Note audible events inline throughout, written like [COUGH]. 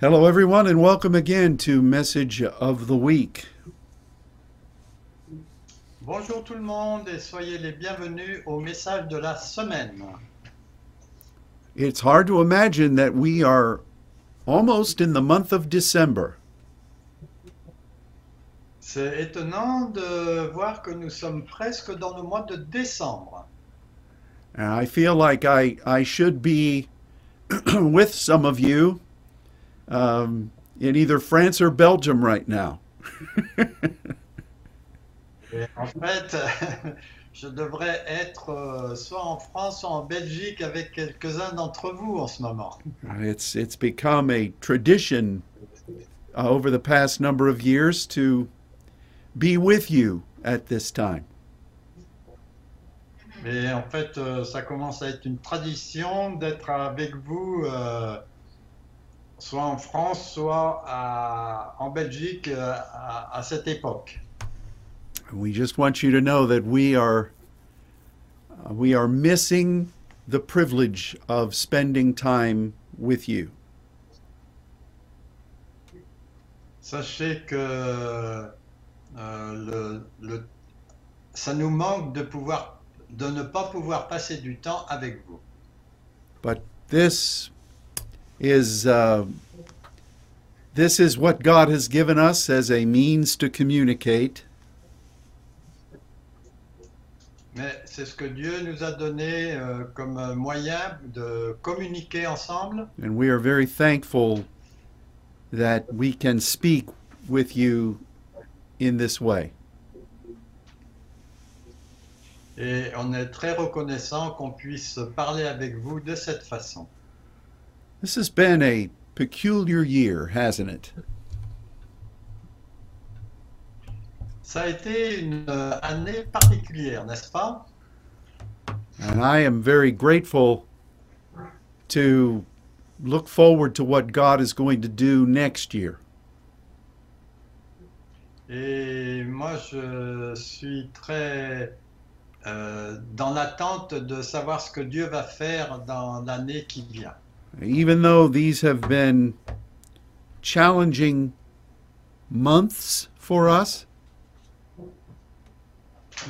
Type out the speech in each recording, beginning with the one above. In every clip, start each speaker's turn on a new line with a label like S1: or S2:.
S1: Hello, everyone, and welcome again to Message of the Week.
S2: Bonjour tout le monde et soyez les bienvenus au message de la semaine.
S1: It's hard to imagine that we are almost in the month of December.
S2: C'est étonnant de voir que nous sommes presque dans le mois de décembre.
S1: And I feel like I, I should be [CLEARS THROAT] with some of you um, in either France or Belgium right now. [LAUGHS]
S2: Et en fait, [LAUGHS] je devrais être euh, soit en France, soit en Belgique avec quelques-uns d'entre vous en ce moment.
S1: It's, it's become a tradition uh, over the past number of years to be with you at this time.
S2: Mais en fait, euh, ça commence à être une tradition d'être avec vous, euh, soit en France, soit à- en Belgique euh, à- à cette époque.
S1: We just want you to know that we are uh, we are missing the privilege of spending time with you.
S2: Sachez que euh, le, le- ça nous manque de, pouvoir, de ne pas pouvoir passer du temps avec vous.
S1: But this is uh, this is what God has given us as a means to communicate,
S2: Mais c'est ce que Dieu nous a donné euh, comme moyen de communiquer ensemble.
S1: and we are very thankful that we can speak with you in this way.
S2: Et on est très reconnaissant qu'on puisse parler avec vous de cette façon.
S1: This has been a peculiar year, hasn't it?
S2: Ça a été une euh, année particulière, n'est-ce pas
S1: And I am very grateful to look forward to what God is going to do next year.
S2: Et moi, je suis très euh, dans l'attente de savoir ce que Dieu va faire dans l'année qui vient.
S1: Even though these have been challenging months for us,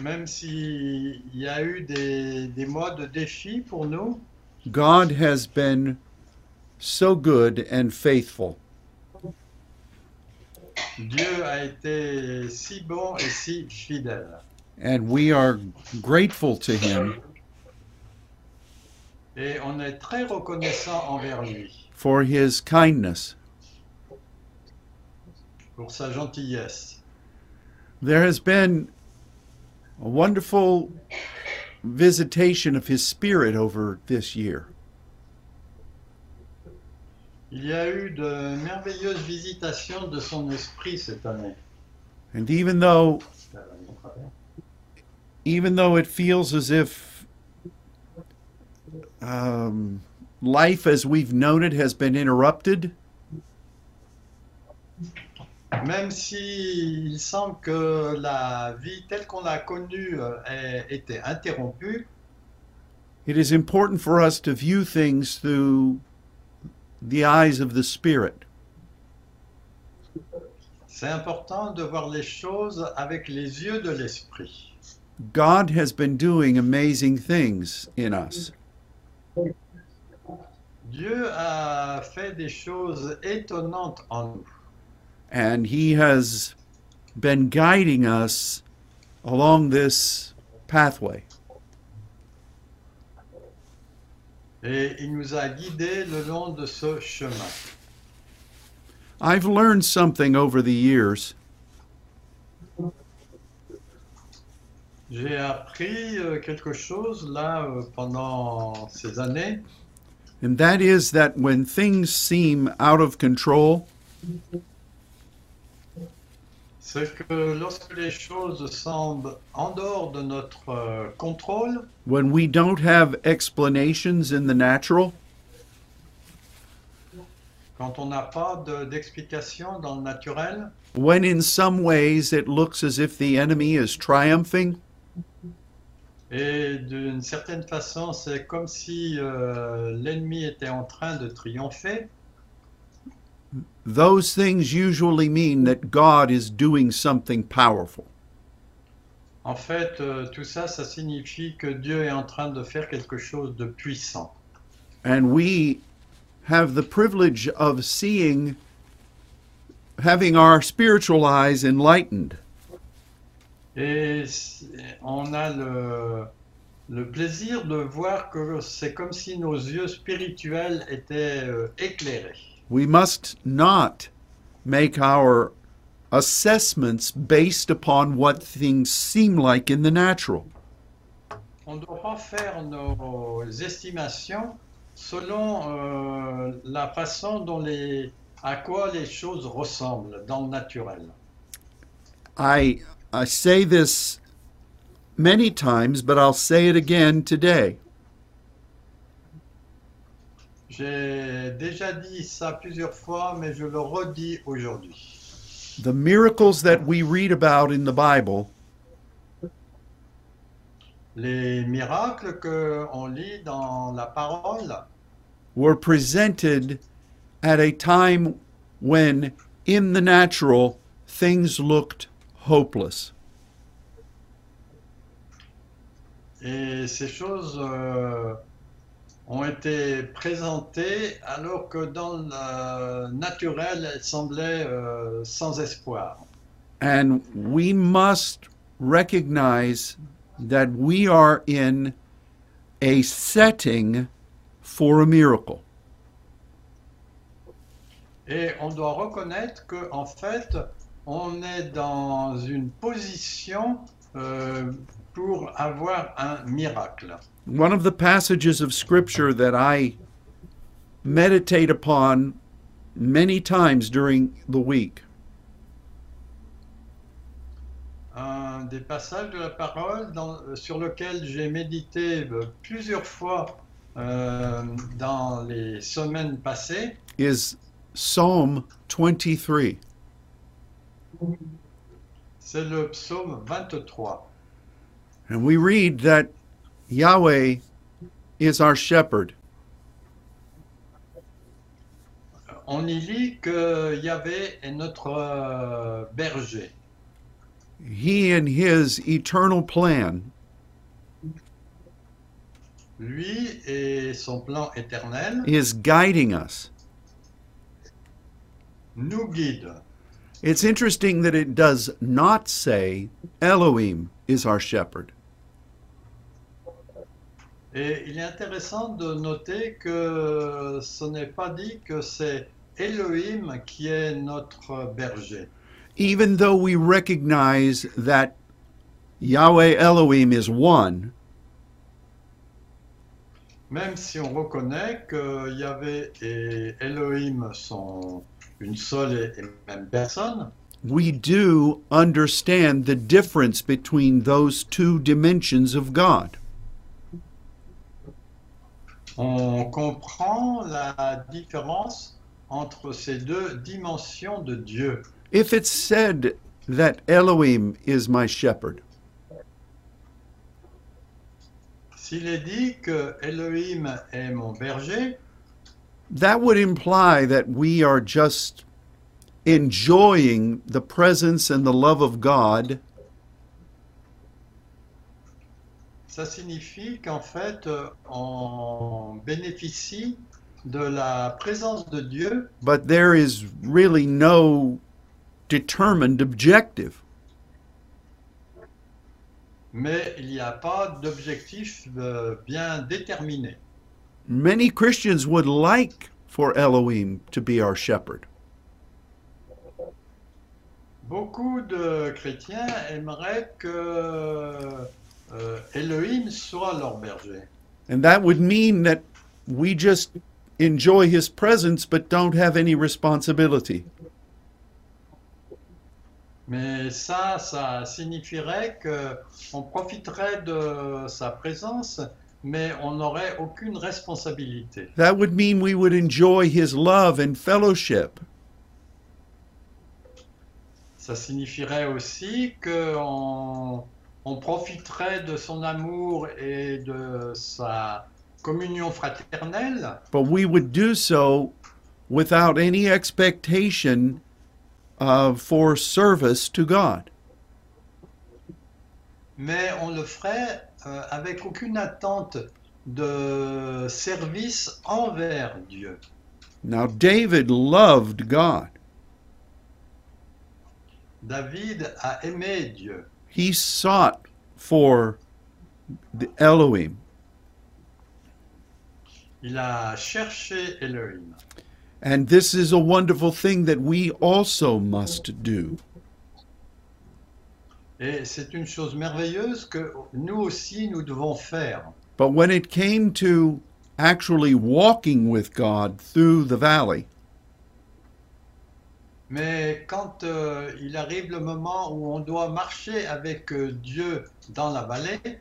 S2: Même s'il y a eu des, des mois de défi pour nous,
S1: God has been so good and faithful.
S2: Dieu a été si bon et si fidèle.
S1: And we are grateful to Him
S2: Et on est très reconnaissant envers lui
S1: for His kindness.
S2: pour sa gentillesse.
S1: There has been a wonderful visitation of His Spirit over this year.
S2: Il y a eu de merveilleuses visitations de son esprit cette année. Euh,
S1: And even though even though it feels as if um, life as we've known it has been interrupted,
S2: Même si il semble que la vie telle qu'on l'a connue euh, ait été interrompue,
S1: it is important for us to view things through the eyes of the Spirit.
S2: c'est important de voir les choses avec les yeux de l'esprit.
S1: God has been doing amazing things in us.
S2: Dieu a fait des choses étonnantes en nous
S1: And He has been guiding us along this pathway.
S2: et il nous a guidés le long de ce chemin.
S1: I've learned something over the years
S2: J'ai appris euh, quelque chose là euh, pendant ces années,
S1: And that is that when things seem out of control,
S2: c'est que lorsque les choses semblent en dehors de notre euh, contrôle,
S1: when we don't have explanations in the natural,
S2: quand on n'a pas de- d'explication dans le naturel,
S1: when in some ways it looks as if the enemy is triumphing,
S2: et d'une certaine façon, c'est comme si euh, l'ennemi était en train de triompher,
S1: those things usually mean that God is doing something powerful.
S2: En fait, euh, tout ça, ça signifie que Dieu est en train de faire quelque chose de puissant.
S1: And we have the privilege of seeing, having our spiritual eyes enlightened.
S2: Et c- on a le, le plaisir de voir que c'est comme si nos yeux spirituels étaient euh, éclairés.
S1: We must not make our assessments based upon what things seem like in the natural.
S2: On ne doit pas faire nos estimations selon euh, la façon dont les, à quoi les choses ressemblent dans le naturel.
S1: I, I say this many times, but I'll say it again today.
S2: J'ai déjà dit ça plusieurs fois, mais je le redis aujourd'hui.
S1: The miracles that we read about in the Bible
S2: Les miracles que on lit dans la parole
S1: were presented at a time when, in the natural, things looked hopeless.
S2: et ces choses euh, ont été présentées alors que dans le naturel, elles semblaient euh, sans espoir.
S1: And we must recognize that we are in a setting for a miracle.
S2: Et on doit reconnaître que en fait, on est dans une position euh, pour avoir un miracle.
S1: One of the passages of Scripture that I meditate upon many times during the week
S2: un des passages de la parole dans- sur lequel j'ai médité euh, plusieurs fois euh, dans les semaines passées,
S1: is Psalm 23.
S2: c'est le psaume 23.
S1: And we read that Yahweh is our shepherd.
S2: On y lit que Yahvé est notre euh, berger.
S1: He and his eternal plan
S2: Lui et son plan éternel
S1: is guiding us.
S2: nous guide.
S1: It's interesting that it does not say Elohim is our shepherd.
S2: Et il est intéressant de noter que ce n'est pas dit que c'est Elohim qui est notre berger.
S1: Even though we recognize that Yahweh Elohim is one,
S2: Même si on reconnaît que Yahvé et Elohim sont une seule et même personne,
S1: we do understand the difference between those two dimensions of God.
S2: on comprend la différence entre ces deux dimensions de Dieu.
S1: If it's said that Elohim is my shepherd,
S2: S'il est dit que Elohim est mon berger,
S1: that would imply that we are just enjoying the presence and the love of God
S2: ça signifie qu'en fait, euh, on bénéficie de la présence de Dieu,
S1: but there is really no determined objective.
S2: mais il n'y a pas d'objectif euh, bien déterminé.
S1: Many Christians would like for Elohim to be our shepherd,
S2: Beaucoup de chrétiens aimeraient que euh, Elohim soit leur berger.
S1: and that would mean that we just enjoy his presence but don't have any responsibility.
S2: Mais ça, ça signifierait qu'on profiterait de sa présence, mais on n'aurait aucune responsabilité.
S1: That would mean we would enjoy his love and fellowship,
S2: Ça signifierait aussi qu'on on profiterait de son amour et de sa communion fraternelle,
S1: but we would do so without any expectation uh, for service to God.
S2: mais on le ferait euh, avec aucune attente de service envers Dieu.
S1: Now, David loved God.
S2: David a aimé Dieu.
S1: He sought for the Elohim,
S2: Il a cherché Elohim.
S1: and this is a wonderful thing that we also must do.
S2: Et c'est une chose merveilleuse que nous aussi, nous devons faire.
S1: But when it came to actually walking with God through the valley,
S2: Mais quand euh, il arrive le moment où on doit marcher avec euh, Dieu dans la vallée,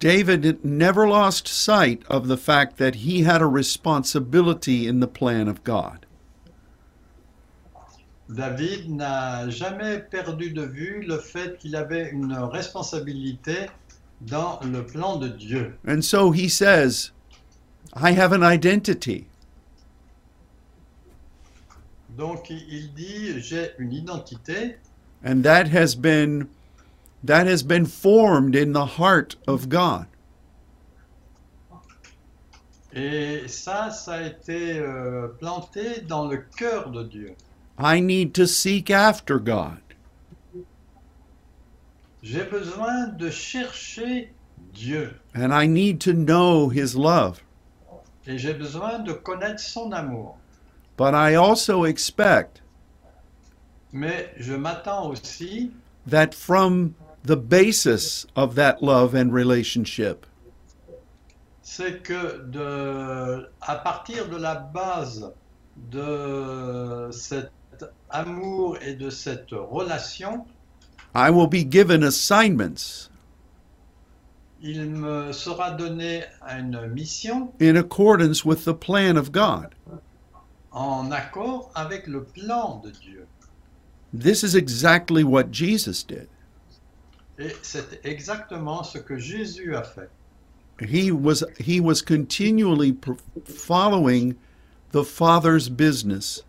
S1: David never lost sight of the fact that he had a responsibility in the plan of God.
S2: David n'a jamais perdu de vue le fait qu'il avait une responsabilité dans le plan de Dieu.
S1: And so he says, I have an identity.
S2: Donc il- il dit j'ai une identité
S1: And that has been that has been formed in the heart of God.
S2: et ça, ça a été euh, planté dans le cœur de Dieu.
S1: I need to seek after God.
S2: J'ai besoin de chercher Dieu
S1: And I need to know his love.
S2: et j'ai besoin de connaître son amour.
S1: But I also expect
S2: Mais je m'attends aussi
S1: that from the basis of that love and relationship,
S2: c'est que de, à partir de la base de cet amour et de cette relation,
S1: I will be given assignments
S2: il me sera donné une mission
S1: in accordance with the plan of God.
S2: en accord avec le plan de Dieu.
S1: This is exactly what Jesus did.
S2: Et c'est exactement ce que Jésus a fait.
S1: He was he was continually pr- following the Father's business.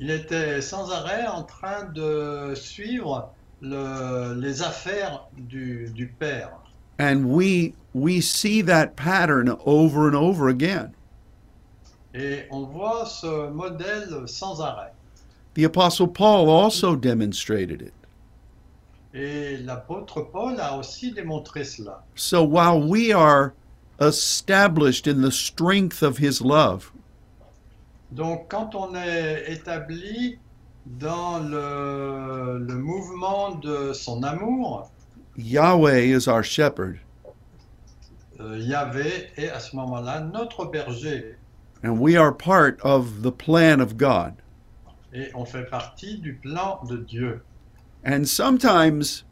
S2: Il était sans arrêt en train de suivre le- les affaires du, du Père.
S1: And we we see that pattern over and over again.
S2: Et on voit ce modèle sans arrêt.
S1: The apostle Paul also demonstrated it.
S2: Et l'apôtre Paul a aussi démontré cela.
S1: So while we are established in the strength of his love,
S2: Donc quand on est établi dans le, le mouvement de son amour,
S1: Yahweh is our shepherd,
S2: euh, Yahvé est à ce moment-là notre berger
S1: and we are part of the plan of God.
S2: et on fait partie du plan de Dieu.
S1: And sometimes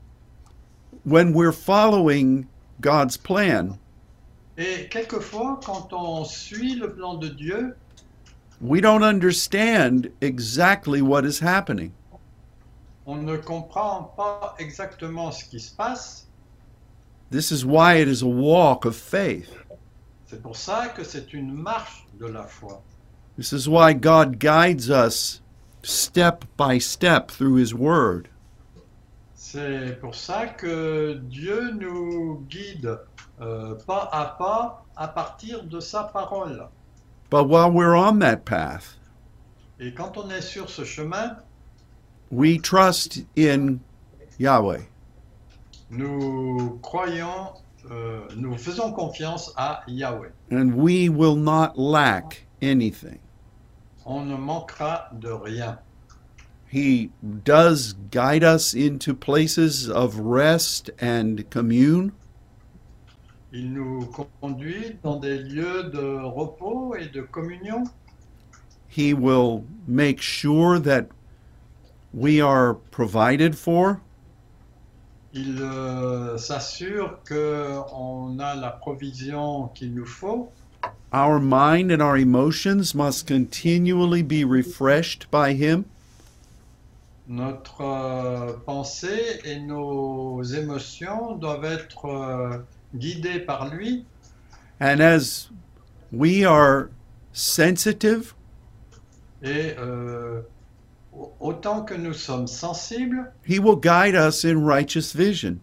S1: when we're following God's plan,
S2: Et quelquefois, quand on suit le plan de Dieu,
S1: we don't understand exactly what is happening.
S2: on ne comprend pas exactement ce qui se passe.
S1: This is why it is a walk of faith.
S2: C'est pour ça que c'est une marche de la foi.
S1: This is why God guides us step by step through His Word.
S2: C'est pour ça que Dieu nous guide euh, pas à pas à partir de sa parole.
S1: But while we're on that path,
S2: Et quand on est sur ce chemin,
S1: we trust in Yahweh.
S2: nous croyons, euh, nous faisons confiance à Yahweh.
S1: and we will not lack anything.
S2: On ne manquera de rien.
S1: He does guide us into places of rest and commune,
S2: Il nous conduit dans des lieux de repos et de communion.
S1: He will make sure that we are provided for,
S2: Il euh, s'assure que on a la provision qu'il nous faut.
S1: our mind and our emotions must continually be refreshed by Him,
S2: Notre euh, pensée et nos émotions doivent être euh, guidées par lui.
S1: and as we are sensitive
S2: Et euh, au- autant que nous sommes sensibles,
S1: He will guide us in righteous vision,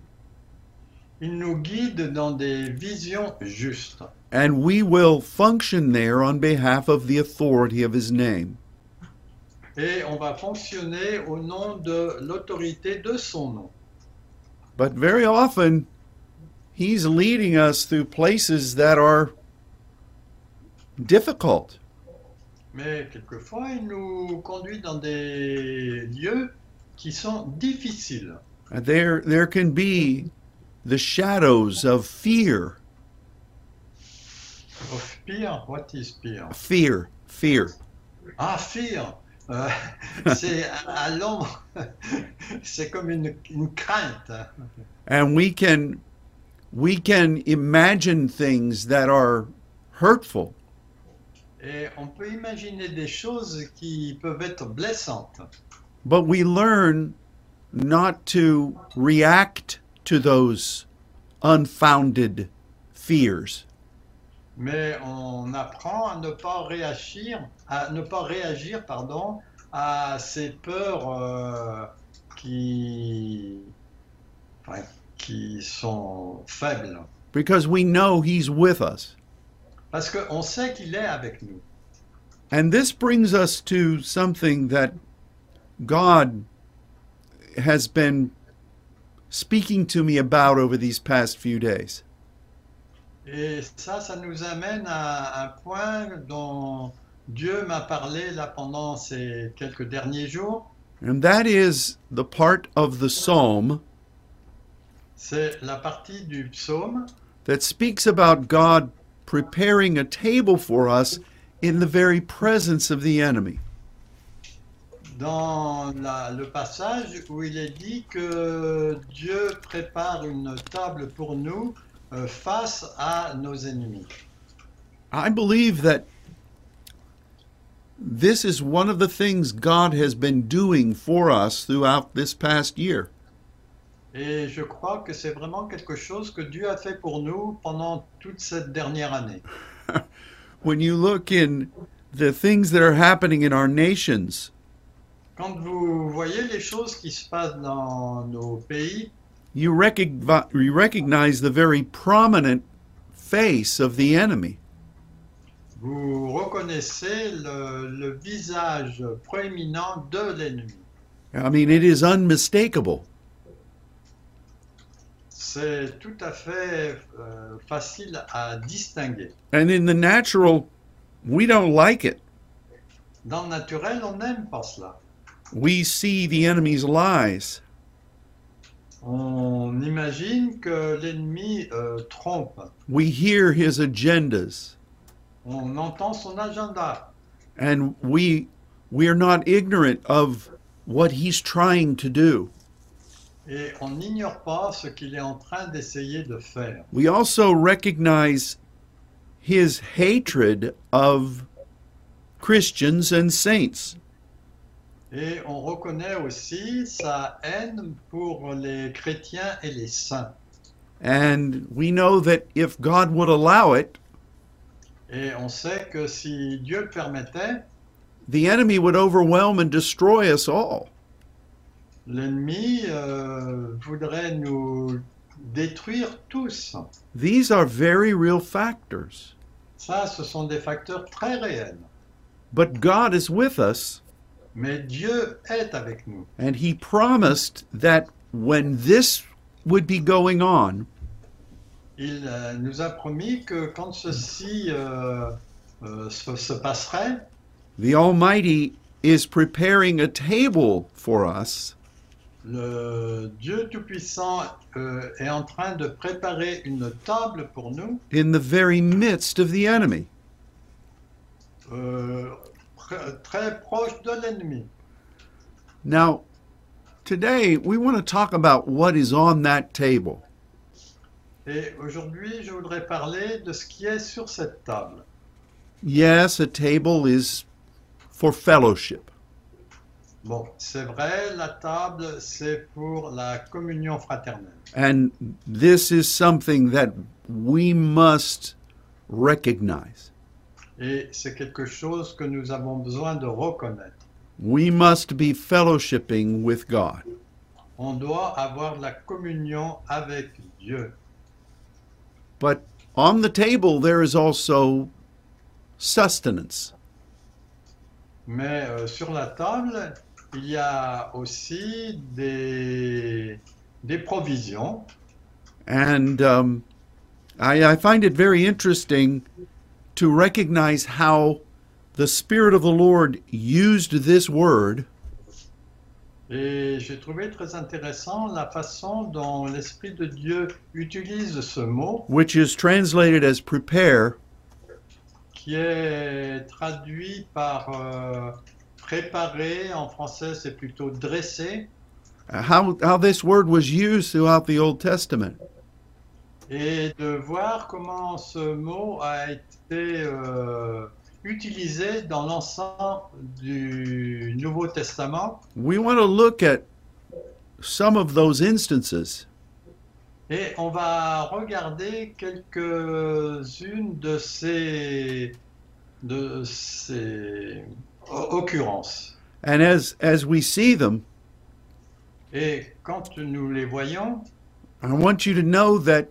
S2: il nous guide dans des visions justes.
S1: and we will function there on behalf of the authority of His name.
S2: Et on va fonctionner au nom de l'autorité de son nom.
S1: But very often, He's leading us through places that are difficult.
S2: Mais quelquefois, il nous conduit dans des lieux qui sont difficiles.
S1: There, there can be the shadows of fear,
S2: Oh, pire, what is pire
S1: fear, fear.
S2: Ah, fear Euh, [LAUGHS] C'est à à l'ombre, [LAUGHS] c'est comme une, une crainte.
S1: and we can we can imagine things that are hurtful
S2: Et on peut imaginer des choses qui peuvent être blessantes.
S1: but we learn not to react to those unfounded fears
S2: Mais on apprend à ne pas réagir, à ne pas réagir, pardon, à ces peurs euh, qui, enfin, qui sont faibles.
S1: because we know he's with us
S2: Parce qu'on sait qu'il est avec nous.
S1: and this brings us to something that god has been speaking to me about over these past few days
S2: Et ça, ça nous amène à un point dont Dieu m'a parlé là pendant ces quelques derniers jours.
S1: and that is the part of the psalm
S2: C'est la partie du psaume
S1: that speaks about God preparing a table for us in the very presence of the enemy.
S2: dans la- le passage où il est dit que Dieu prépare une table pour nous euh, face à nos ennemis.
S1: I believe that this is one of the things God has been doing for us throughout this past year.
S2: Et je crois que c'est vraiment quelque chose que Dieu a fait pour nous pendant toute cette dernière année.
S1: When you look in the things that are happening in our nations,
S2: Quand vous voyez les choses qui se passent dans nos pays,
S1: you, recogni- you recognize the very prominent face of the enemy.
S2: Vous reconnaissez le, le visage proéminent de l'ennemi.
S1: I mean, it is unmistakable.
S2: C'est tout à fait euh, facile à distinguer.
S1: And in the natural, we don't like it.
S2: Dans le naturel, on n'aime pas cela.
S1: we see the enemy's lies,
S2: On imagine que l'ennemi euh, trompe.
S1: we hear his agendas,
S2: On entend son agenda
S1: and we we're not ignorant of what he's trying to do.
S2: et on n'ignore pas ce qu'il est en train d'essayer de faire.
S1: We also recognize his hatred of Christians and saints.
S2: Et on reconnaît aussi sa haine pour les chrétiens et les saints.
S1: And we know that if God would allow it,
S2: Et on sait que si Dieu le permettait,
S1: the enemy would overwhelm and destroy us all.
S2: L'ennemi euh, voudrait nous détruire tous.
S1: These are very real factors.
S2: Ça, ce sont des facteurs très réels.
S1: But God is with us
S2: Mais Dieu est avec nous.
S1: And he promised that when this would be going on,
S2: Il euh, nous a promis que quand ceci euh, euh, se, se passerait,
S1: the Almighty is preparing a table for us
S2: le Dieu Tout-Puissant euh, est en train de préparer une table pour nous
S1: in the very midst of the enemy.
S2: euh, pr- très proche de l'ennemi.
S1: Now, today we want to talk about what is on that table.
S2: Et aujourd'hui, je voudrais parler de ce qui est sur cette table.
S1: Yes, a table is for fellowship,
S2: Bon, c'est vrai, la table, c'est pour la communion fraternelle.
S1: and this is something that we must recognize.
S2: Et c'est quelque chose que nous avons besoin de reconnaître.
S1: We must be fellowshipping with God.
S2: On doit avoir de la communion avec Dieu.
S1: But on the table, there is also sustenance.
S2: Mais euh, sur la table, il y a aussi des, des provisions.
S1: And um, I, I find it very interesting to recognize how the Spirit of the Lord used this word
S2: Et j'ai trouvé très intéressant la façon dont l'Esprit de Dieu utilise ce mot
S1: which is translated as prepare,
S2: qui est traduit par euh, préparer, en français c'est plutôt dresser,
S1: how, how this word was used throughout the Old Testament.
S2: et de voir comment ce mot a été euh, utilisé dans l'ensemble du Nouveau Testament.
S1: We want to look at some of those instances.
S2: Et on va regarder quelques-unes de ces, de ces o- occurrences.
S1: And as, as we see them,
S2: Et quand nous les voyons,
S1: I want you to know that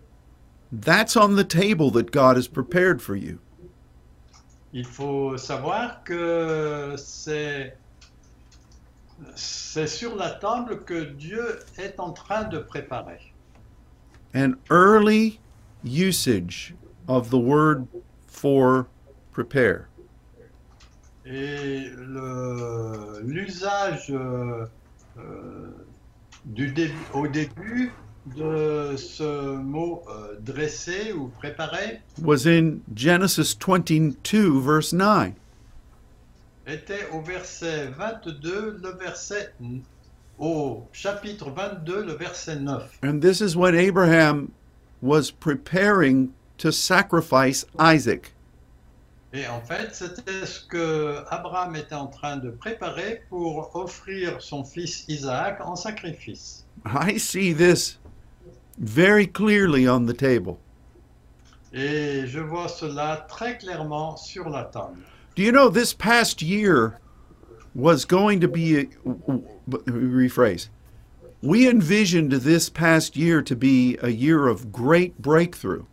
S1: that's on the table that God has prepared for you.
S2: il faut savoir que c'est c'est sur la table que Dieu est en train de préparer.
S1: An early usage of the word for prepare.
S2: Et le- l'usage euh, euh, du dé- au début de ce mot euh, dresser ou préparer
S1: was in Genesis 22, verse 9.
S2: était au verset 22, le verset au chapitre 22, le verset 9.
S1: And this is when Abraham was preparing to sacrifice Isaac.
S2: Et en fait, c'était ce que Abraham était en train de préparer pour offrir son fils Isaac en sacrifice.
S1: I see this very clearly on the table.
S2: Et je vois cela très clairement sur la table.
S1: Do you know this past year was going to be, a- but- rephrase, we envisioned this past year to be a year of great breakthrough.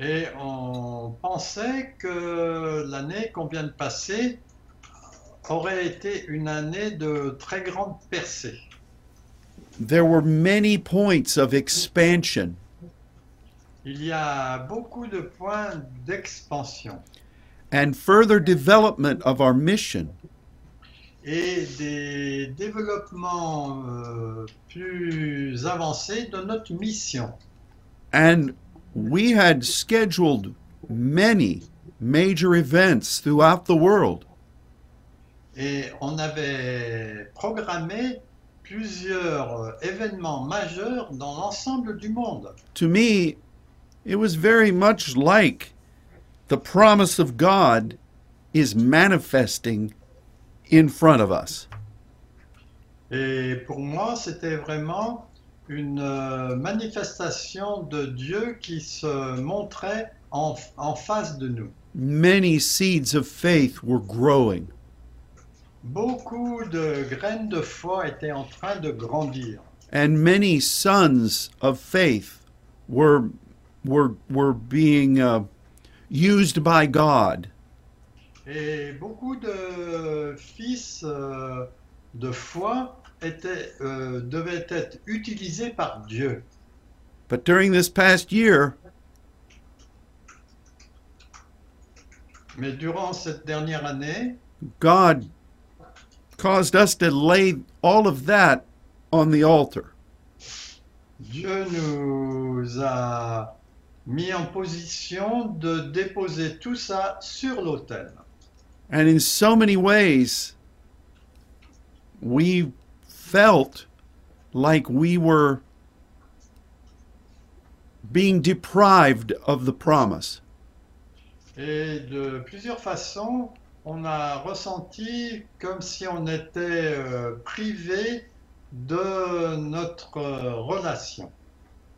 S2: Et on pensait que l'année qu'on vient de passer aurait été une année de très grande percée.
S1: There were many points of expansion.
S2: Il y a beaucoup de points d'expansion
S1: and further development of our mission.
S2: et des développements euh, plus avancés de notre mission.
S1: And we had scheduled many major events throughout the world.
S2: Et on avait programmé plusieurs euh, événements majeurs dans l'ensemble du monde.
S1: To me, it was very much like the promise of God is manifesting in front of us.
S2: Et pour moi, c'était vraiment une euh, manifestation de Dieu qui se montrait en, en face de nous.
S1: Many seeds of faith were growing.
S2: Beaucoup de graines de foi étaient en train de grandir
S1: and many sons of faith were were were being uh, used by God
S2: et beaucoup de fils euh, de foi étaient, euh, devaient être utilisés par Dieu.
S1: but during this past year
S2: Mais durant cette dernière année,
S1: God caused us to lay all of that on the altar
S2: Dieu nous a mis en position de déposer tout ça sur l'autel.
S1: and in so many ways we felt like we were being deprived of the promise
S2: Et de plusieurs façons, on a ressenti comme si on était euh, privé de notre euh, relation.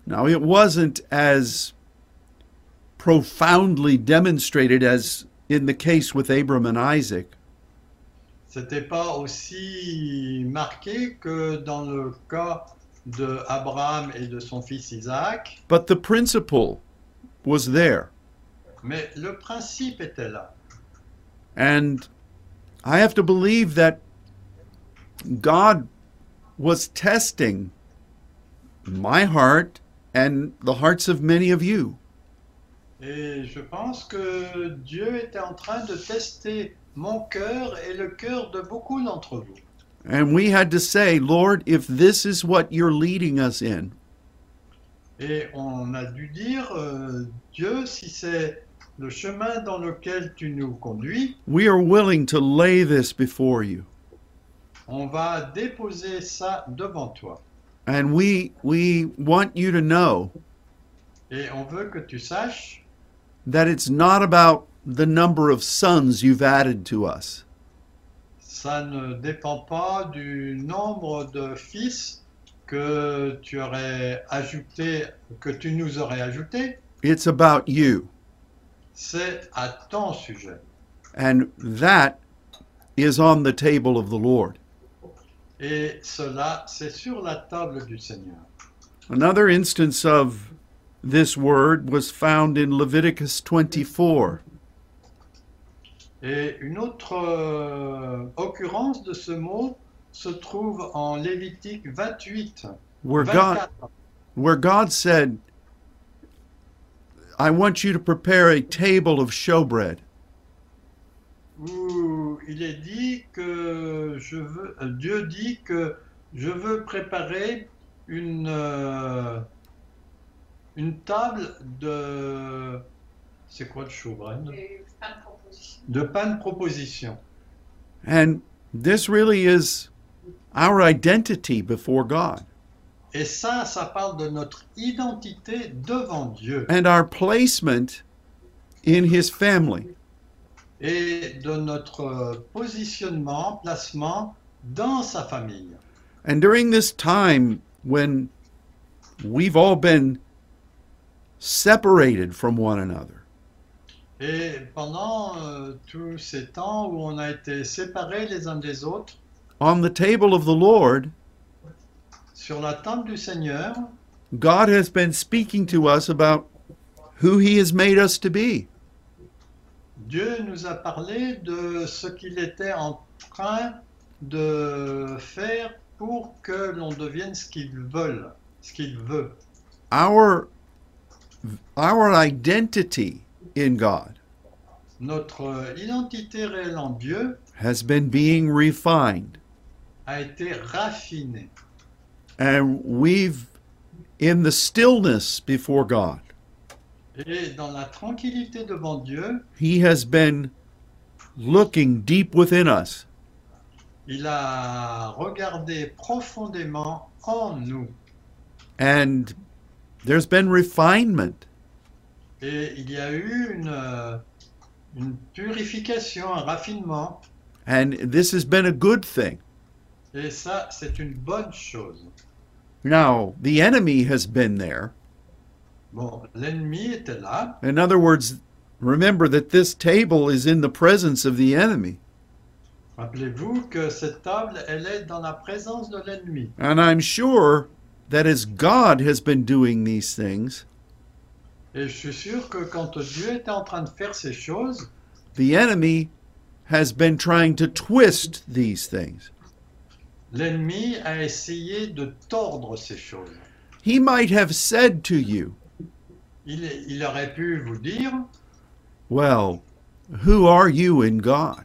S1: Now, it wasn't as profoundly demonstrated as in the case with Abram and Isaac.
S2: C'était pas aussi marqué que dans le cas de Abraham et de son fils Isaac,
S1: But the principle was there.
S2: mais le principe était là.
S1: And I have to believe that God was testing my heart and the hearts of many of you.
S2: Et je pense que Dieu était en train de tester mon cœur et le cœur de beaucoup d'entre vous.
S1: And we had to say, Lord, if this is what you're leading us in,
S2: Et on a dû dire, euh, Dieu, si c'est le chemin dans lequel tu nous conduis,
S1: we are willing to lay this before you.
S2: on va déposer ça devant toi.
S1: And we we want you to know
S2: Et on veut que tu saches
S1: that it's not about the number of sons you've added to us.
S2: Ça ne dépend pas du nombre de fils que tu aurais ajouté, que tu nous aurais ajouté.
S1: It's about you.
S2: C'est à ton sujet.
S1: And that is on the table of the Lord.
S2: Et cela, c'est sur la table du Seigneur.
S1: Another instance of this word was found in Leviticus 24.
S2: Et une autre euh, occurrence de ce mot se trouve en Lévitique 28.
S1: Where God
S2: 24.
S1: where God said, I want you to prepare a table of showbread.
S2: où il est dit que je veux, euh, Dieu dit que je veux préparer une, euh, une table de, c'est quoi le chauvrenne
S3: Et pas de proposition.
S2: De pain de proposition.
S1: And this really is our identity before God
S2: Et ça, ça parle de notre identité devant Dieu
S1: and our placement in his family.
S2: et de notre euh, positionnement, placement dans sa famille.
S1: And during this time when we've all been separated from one another,
S2: Et pendant euh, tous ces temps où on a été séparés les uns des autres,
S1: on the table of the Lord,
S2: sur la table du Seigneur,
S1: God has been speaking to us about who he has made us to be.
S2: Dieu nous a parlé de ce qu'il était en train de faire pour que l'on devienne ce qu'il veut, ce qu'il veut.
S1: Our our identity in God
S2: Notre euh, identité réelle en Dieu
S1: has been being refined.
S2: a été raffinée
S1: and we've in the stillness before God,
S2: et dans la tranquillité devant Dieu,
S1: He has been looking deep within us
S2: il a regardé profondément en nous
S1: and there's been refinement.
S2: et il y a eu une, euh, une purification, un raffinement
S1: And this has been a good thing.
S2: et ça c'est une bonne chose.
S1: Now, the enemy has been there.
S2: Bon, l'ennemi était là,
S1: In other words, remember that this table is in the presence of the enemy.
S2: Rappelez-vous que cette table, elle est dans la présence de l'ennemi.
S1: And I'm sure that as God has been doing these things,
S2: Et je suis sûr que quand Dieu était en train de faire ces choses,
S1: the enemy has been trying to twist these things.
S2: l'ennemi a essayé de tordre ces choses.
S1: He might have said to you,
S2: Il, il aurait pu vous dire,
S1: Well, who are you in God?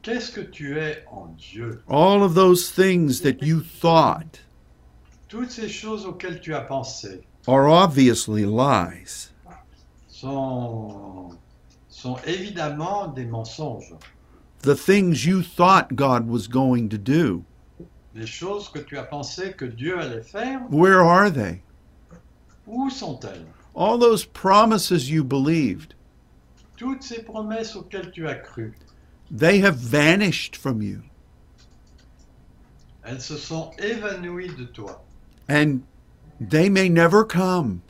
S2: qu'est-ce que tu es en Dieu
S1: All of those things that you thought
S2: Toutes ces choses auxquelles tu as pensé
S1: are obviously lies.
S2: sont, sont évidemment des mensonges.
S1: The things you thought God was going to do,
S2: Les choses que tu as pensé que Dieu allait faire,
S1: where are they?
S2: où sont-elles
S1: All those promises you believed,
S2: Toutes ces promesses auxquelles tu as cru,
S1: they have vanished from you.
S2: elles se sont évanouies de toi.
S1: And they may never come.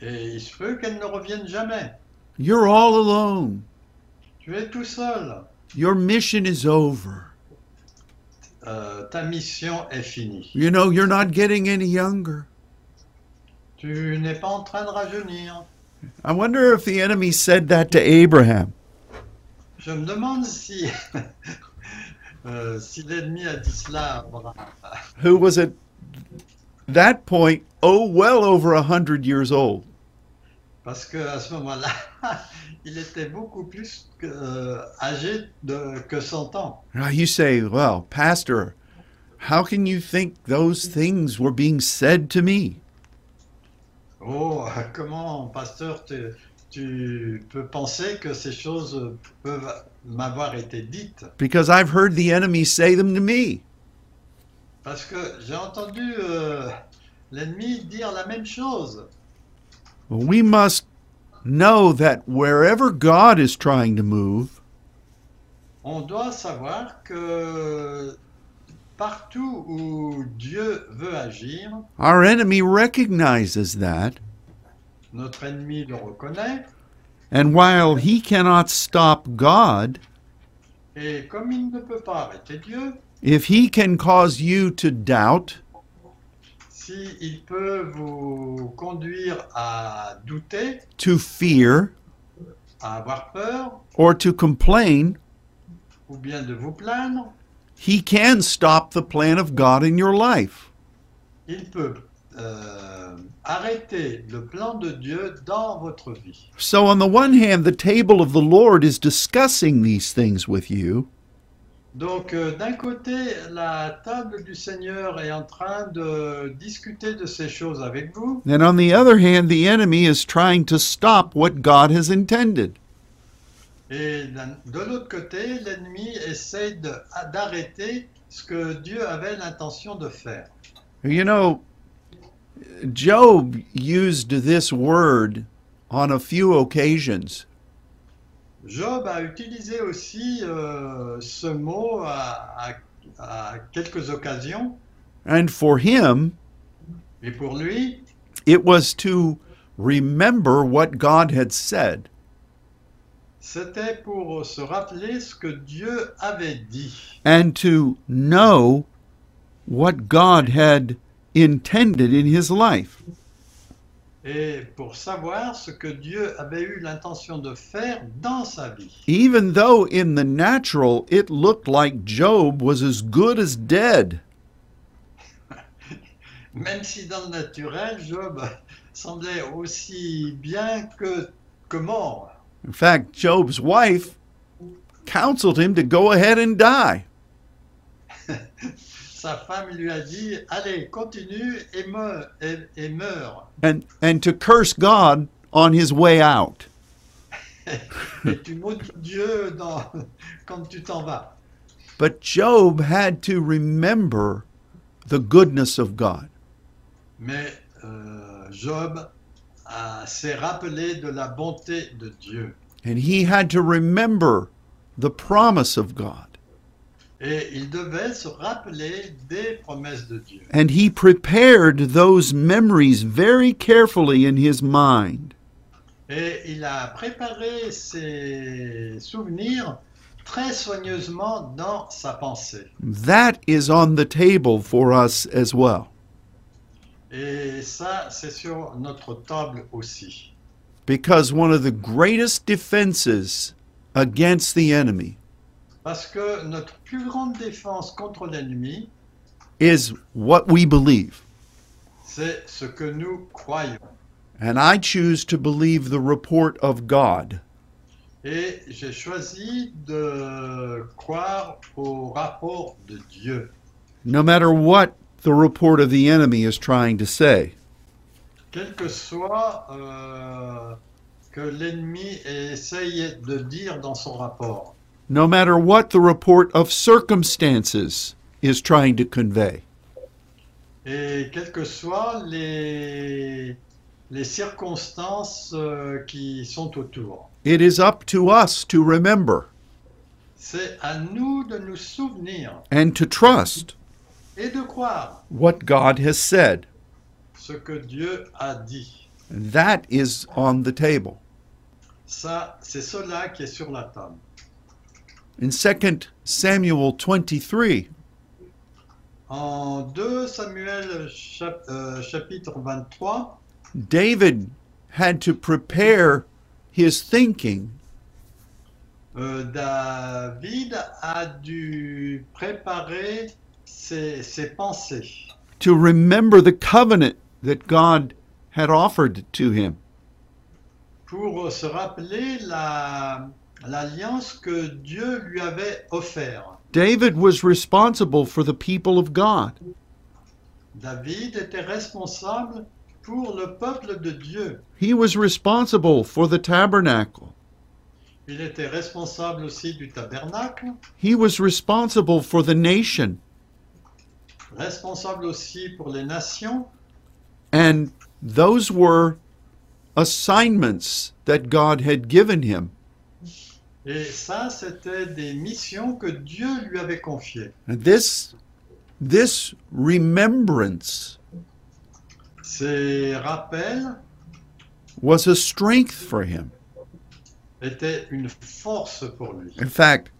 S2: Et il se peut qu'elles ne reviennent jamais.
S1: You're all alone.
S2: Tu es tout seul.
S1: Your mission is over.
S2: Euh, ta mission est finie.
S1: You know, you're not getting any younger.
S2: Tu n'es pas en train de rajeunir.
S1: I wonder if the enemy said that to Abraham.
S2: Je me demande si, [LAUGHS] euh, si l'ennemi a dit cela à Abraham,
S1: who was at that point, oh, well over a hundred years old.
S2: parce que à ce moment-là, [LAUGHS] il était beaucoup plus que, euh, âgé de, que 100 ans.
S1: Now you say, well, Pastor, how can you think those things were being said to me?
S2: Oh, comment, pasteur, tu, tu peux penser que ces choses peuvent m'avoir été dites
S1: Because I've heard the enemy say them to me.
S2: Parce que j'ai entendu euh, l'ennemi dire la même chose.
S1: We must know that wherever God is trying to move,
S2: On doit savoir que partout où Dieu veut agir,
S1: our enemy recognizes that.
S2: notre ennemi le reconnaît,
S1: And while he cannot stop God,
S2: et comme il ne peut pas arrêter Dieu,
S1: if he can cause you to doubt,
S2: s'il peut vous conduire à douter,
S1: to fear,
S2: à avoir peur,
S1: or to complain,
S2: ou bien de vous plaindre,
S1: he can stop the plan of God in your life.
S2: il peut euh, arrêter le plan de Dieu dans votre vie.
S1: So, on the one hand, the table of the Lord is discussing these things with you,
S2: Donc euh, d'un côté, la table du Seigneur est en train de discuter de ces choses avec vous.
S1: and on the other hand, the enemy is trying to stop what God has intended.
S2: Et d'un- de l'autre côté, l'ennemi essaye de- d'arrêter ce que Dieu avait l'intention de faire.
S1: You know, Job used this word on a few occasions.
S2: Job a utilisé aussi euh, ce mot à, à- à quelques occasions,
S1: And for him,
S2: et pour lui,
S1: it was to remember what God had said.
S2: c'était pour se rappeler ce que Dieu avait dit
S1: and to know what God had intended in his life.
S2: et pour savoir ce que Dieu avait eu l'intention de faire dans sa vie.
S1: Even though in the natural it looked like Job was as good as dead,
S2: Même si dans le naturel, Job [LAUGHS] semblait aussi bien que, que mort. [LAUGHS]
S1: in fact, Job's wife counseled him to go ahead and die.
S2: Sa femme lui a dit, allez, continue et meurs. Et, et meurs.
S1: And, and to curse God on his way out.
S2: Et tu maudis Dieu dans- [LAUGHS] quand tu t'en vas.
S1: But Job had to remember the goodness of God.
S2: Mais euh, Job a- s'est rappelé de la bonté de Dieu.
S1: And he had to remember the promise of God.
S2: Et il devait se rappeler des promesses de Dieu.
S1: And he prepared those memories very carefully in his mind.
S2: Et il a préparé ses souvenirs très soigneusement dans sa pensée.
S1: That is on the table for us as well,
S2: Et ça, c'est sur notre table aussi.
S1: because one of the greatest defenses against the enemy
S2: Parce que notre plus grande défense contre l'ennemi,
S1: is what we believe.
S2: c'est ce que nous croyons.
S1: And I choose to believe the report of God.
S2: Et j'ai choisi de croire au rapport de Dieu,
S1: No matter what the report of the enemy is trying to say,
S2: quel que soit euh, que l'ennemi essaye de dire dans son rapport,
S1: no matter what the report of circumstances is trying to convey.
S2: et quelles que soient les, les circonstances euh, qui sont autour.
S1: It is up to us to remember
S2: C'est à nous de nous souvenir
S1: and to trust
S2: et de croire
S1: what God has said.
S2: ce que Dieu a dit.
S1: And that is on the table.
S2: Ça, c'est cela qui est sur la table.
S1: In 2 Samuel 23,
S2: En 2 Samuel chap- euh, chapitre 23,
S1: David had to prepare his thinking
S2: euh, David a dû préparer ses, ses pensées
S1: to remember the covenant that God had offered to him.
S2: pour se rappeler la- l'alliance que Dieu lui avait offerte.
S1: David was responsible for the people of God.
S2: David était responsable pour le peuple de Dieu.
S1: He was responsible for the tabernacle.
S2: Il était responsable aussi du tabernacle,
S1: He was responsible for the nation.
S2: responsable aussi pour les nations.
S1: And those were assignments that God had given him.
S2: Et ça, c'était des missions que Dieu lui avait confiées.
S1: And this this remembrance
S2: Ces rappels
S1: was a strength for him.
S2: étaient une force pour lui.
S1: In fact,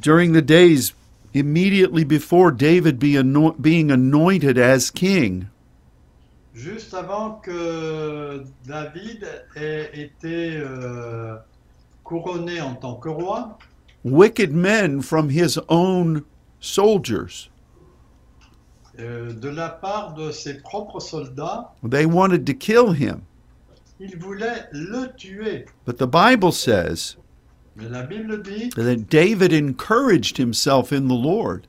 S1: during the days immediately before David be anoint, being anointed as king,
S2: Juste avant que David ait été euh, couronné en tant que roi,
S1: wicked men from his own soldiers,
S2: euh, de la part de ses propres soldats,
S1: they wanted to kill him.
S2: il voulait le tuer.
S1: But the Bible says
S2: Mais la Bible dit
S1: that David encouraged himself in the Lord.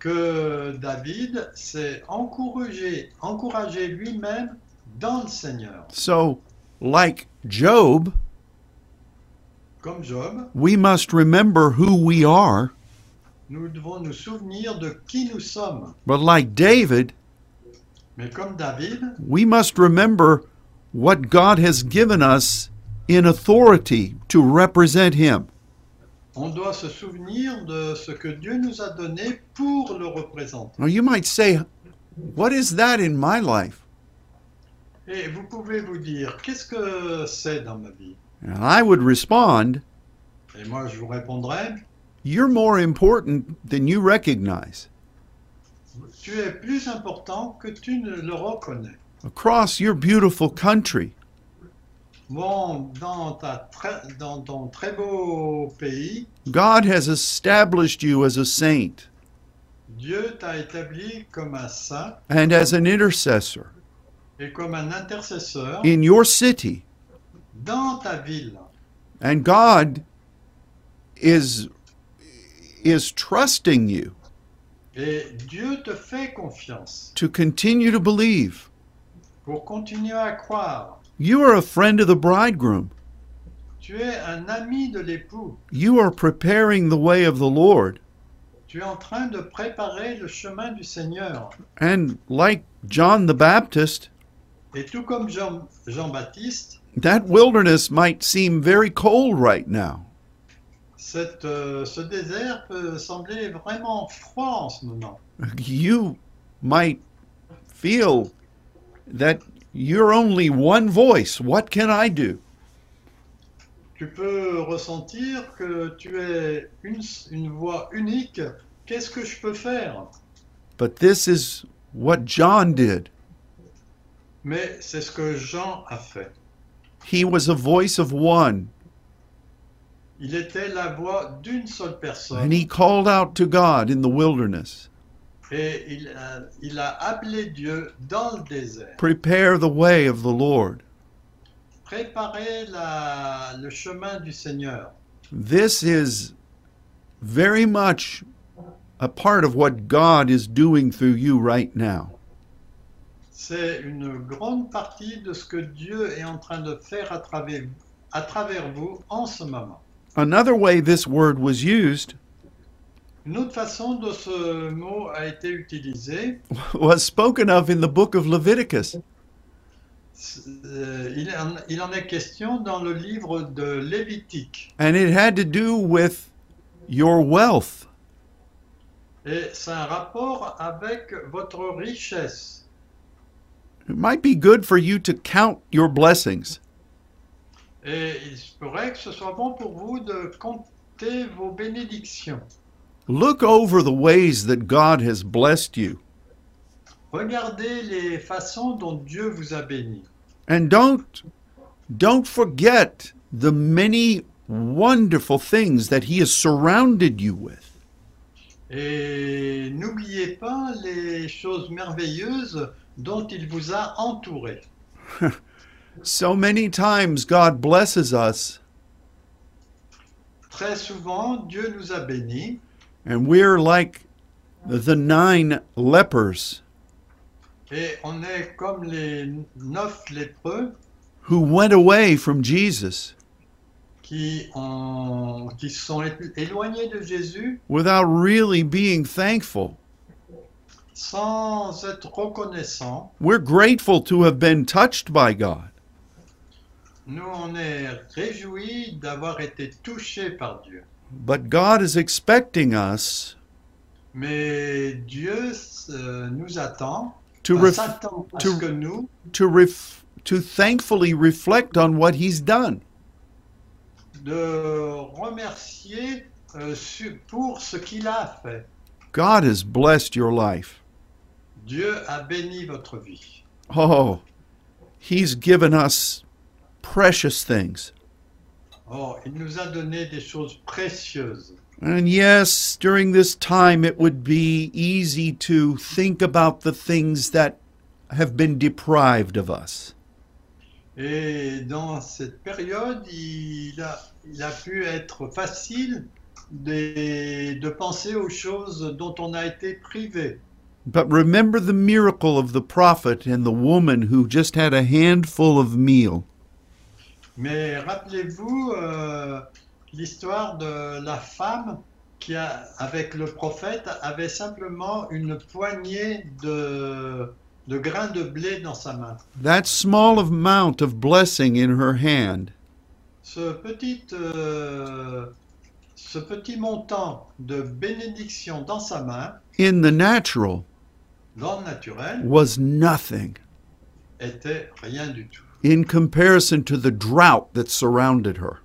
S2: que David s'est encouragé, encouragé lui-même dans le Seigneur.
S1: So, like Job,
S2: Comme Job,
S1: we must remember who we are,
S2: nous devons nous souvenir de qui nous sommes.
S1: but like David,
S2: Mais comme David,
S1: we must remember what God has given us in authority to represent him.
S2: on doit se souvenir de ce que Dieu nous a donné pour le représenter.
S1: Now, you might say, What is that in my life?
S2: Et vous pouvez vous dire, qu'est-ce que c'est dans ma vie
S1: And I would respond,
S2: Et moi, je vous répondrai,
S1: You're more important than you recognize.
S2: tu es plus important que tu ne le reconnais.
S1: Across your beautiful country,
S2: Bon, dans, ta très- dans ton très beau pays,
S1: God has established you as a saint
S2: Dieu t'a établi comme un saint
S1: and as an intercessor
S2: et comme un intercesseur
S1: in your city.
S2: dans ta ville.
S1: And God is is trusting you
S2: Et Dieu te fait confiance
S1: to continue to believe.
S2: pour continuer à croire.
S1: You are a friend of the bridegroom.
S2: Tu es un ami de l'époux.
S1: You are preparing the way of the Lord.
S2: Tu es en train de préparer le chemin du Seigneur.
S1: And like John the Baptist,
S2: Et tout comme Jean- Jean-Baptiste,
S1: that wilderness might seem very cold right now.
S2: Cette, euh, ce désert peut sembler vraiment froid en ce moment.
S1: You might feel that you're only one voice. What can I do?
S2: Tu peux ressentir que tu es une, une voix unique. Qu'est-ce que je peux faire
S1: But this is what John did.
S2: Mais c'est ce que Jean a fait.
S1: He was a voice of one,
S2: Il était la voix d'une seule
S1: and
S2: personne
S1: he called out to God in the wilderness
S2: et il a, il a appelé Dieu dans le désert.
S1: Prepare the way of the Lord.
S2: Préparer la- le chemin du Seigneur.
S1: This is very much a part of what God is doing through you right now.
S2: C'est une grande partie de ce que Dieu est en train de faire à travers- à travers vous en ce moment.
S1: Another way this word was used
S2: Une autre façon dont ce mot a été utilisé,
S1: was spoken of in the book of Leviticus.
S2: c'est- euh, il, en, il en est question dans le livre de Lévitique.
S1: And it had to do with your wealth.
S2: Et c'est un rapport avec votre richesse.
S1: It might be good for you to count your blessings.
S2: Et il se pourrait que ce soit bon pour vous de compter vos bénédictions.
S1: Look over the ways that God has blessed you
S2: Regardez les façons dont Dieu vous a béni.
S1: and don't don't forget the many wonderful things that he has surrounded you with.
S2: Et n'oubliez pas les choses merveilleuses dont il vous a entouré.
S1: So many times God blesses us
S2: Très souvent, Dieu nous a bénis
S1: and we're like the nine lepers
S2: et on est comme les neuf lépreux
S1: who went away from Jesus
S2: qui, ont, qui sont é- éloignés de Jésus
S1: without really being thankful.
S2: sans être reconnaissants.
S1: We're grateful to have been touched by God,
S2: Nous, on est réjouis d'avoir été touchés par Dieu.
S1: but God is expecting us
S2: Mais Dieu euh, nous attend,
S1: to
S2: enfin,
S1: ref-
S2: s'attend à
S1: to-
S2: ce que nous,
S1: to ref- to thankfully reflect on what he's done.
S2: de remercier euh, su- pour ce qu'il a fait.
S1: God has blessed your life.
S2: Dieu a béni votre vie.
S1: Oh, He's given us precious things.
S2: Or, il nous a donné des choses précieuses.
S1: And yes, during this time, it would be easy to think about the things that have been deprived of us.
S2: Et dans cette période, il a, il a pu être facile de, de penser aux choses dont on a été privé.
S1: But remember the miracle of the prophet and the woman who just had a handful of meal.
S2: Mais rappelez-vous euh, l'histoire de la femme qui, a, avec le prophète, avait simplement une poignée de, de grains de blé dans sa main.
S1: That small amount of blessing in her hand
S2: Ce petit, euh, ce petit montant de bénédiction dans sa main,
S1: in the natural
S2: dans le naturel,
S1: was nothing
S2: était rien du tout.
S1: in comparison to the drought that surrounded her.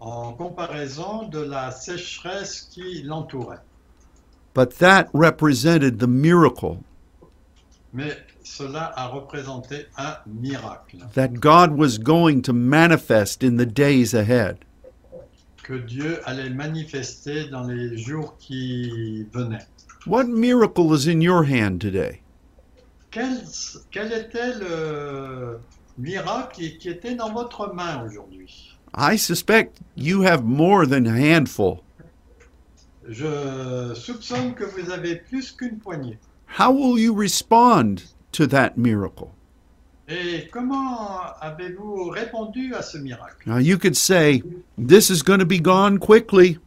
S2: En comparaison de la sécheresse qui l'entourait.
S1: But that represented the miracle
S2: Mais cela a représenté un miracle.
S1: that God was going to manifest in the days ahead.
S2: que Dieu allait manifester dans les jours qui venaient.
S1: What miracle is in your hand today?
S2: Quel, quel était le miracle qui était dans votre main aujourd'hui
S1: I suspect you have more than a handful.
S2: Je soupçonne que vous avez plus qu'une poignée.
S1: How will you respond to that miracle?
S2: Et comment avez-vous répondu à ce miracle
S1: Now, you could say, This is going to be gone quickly,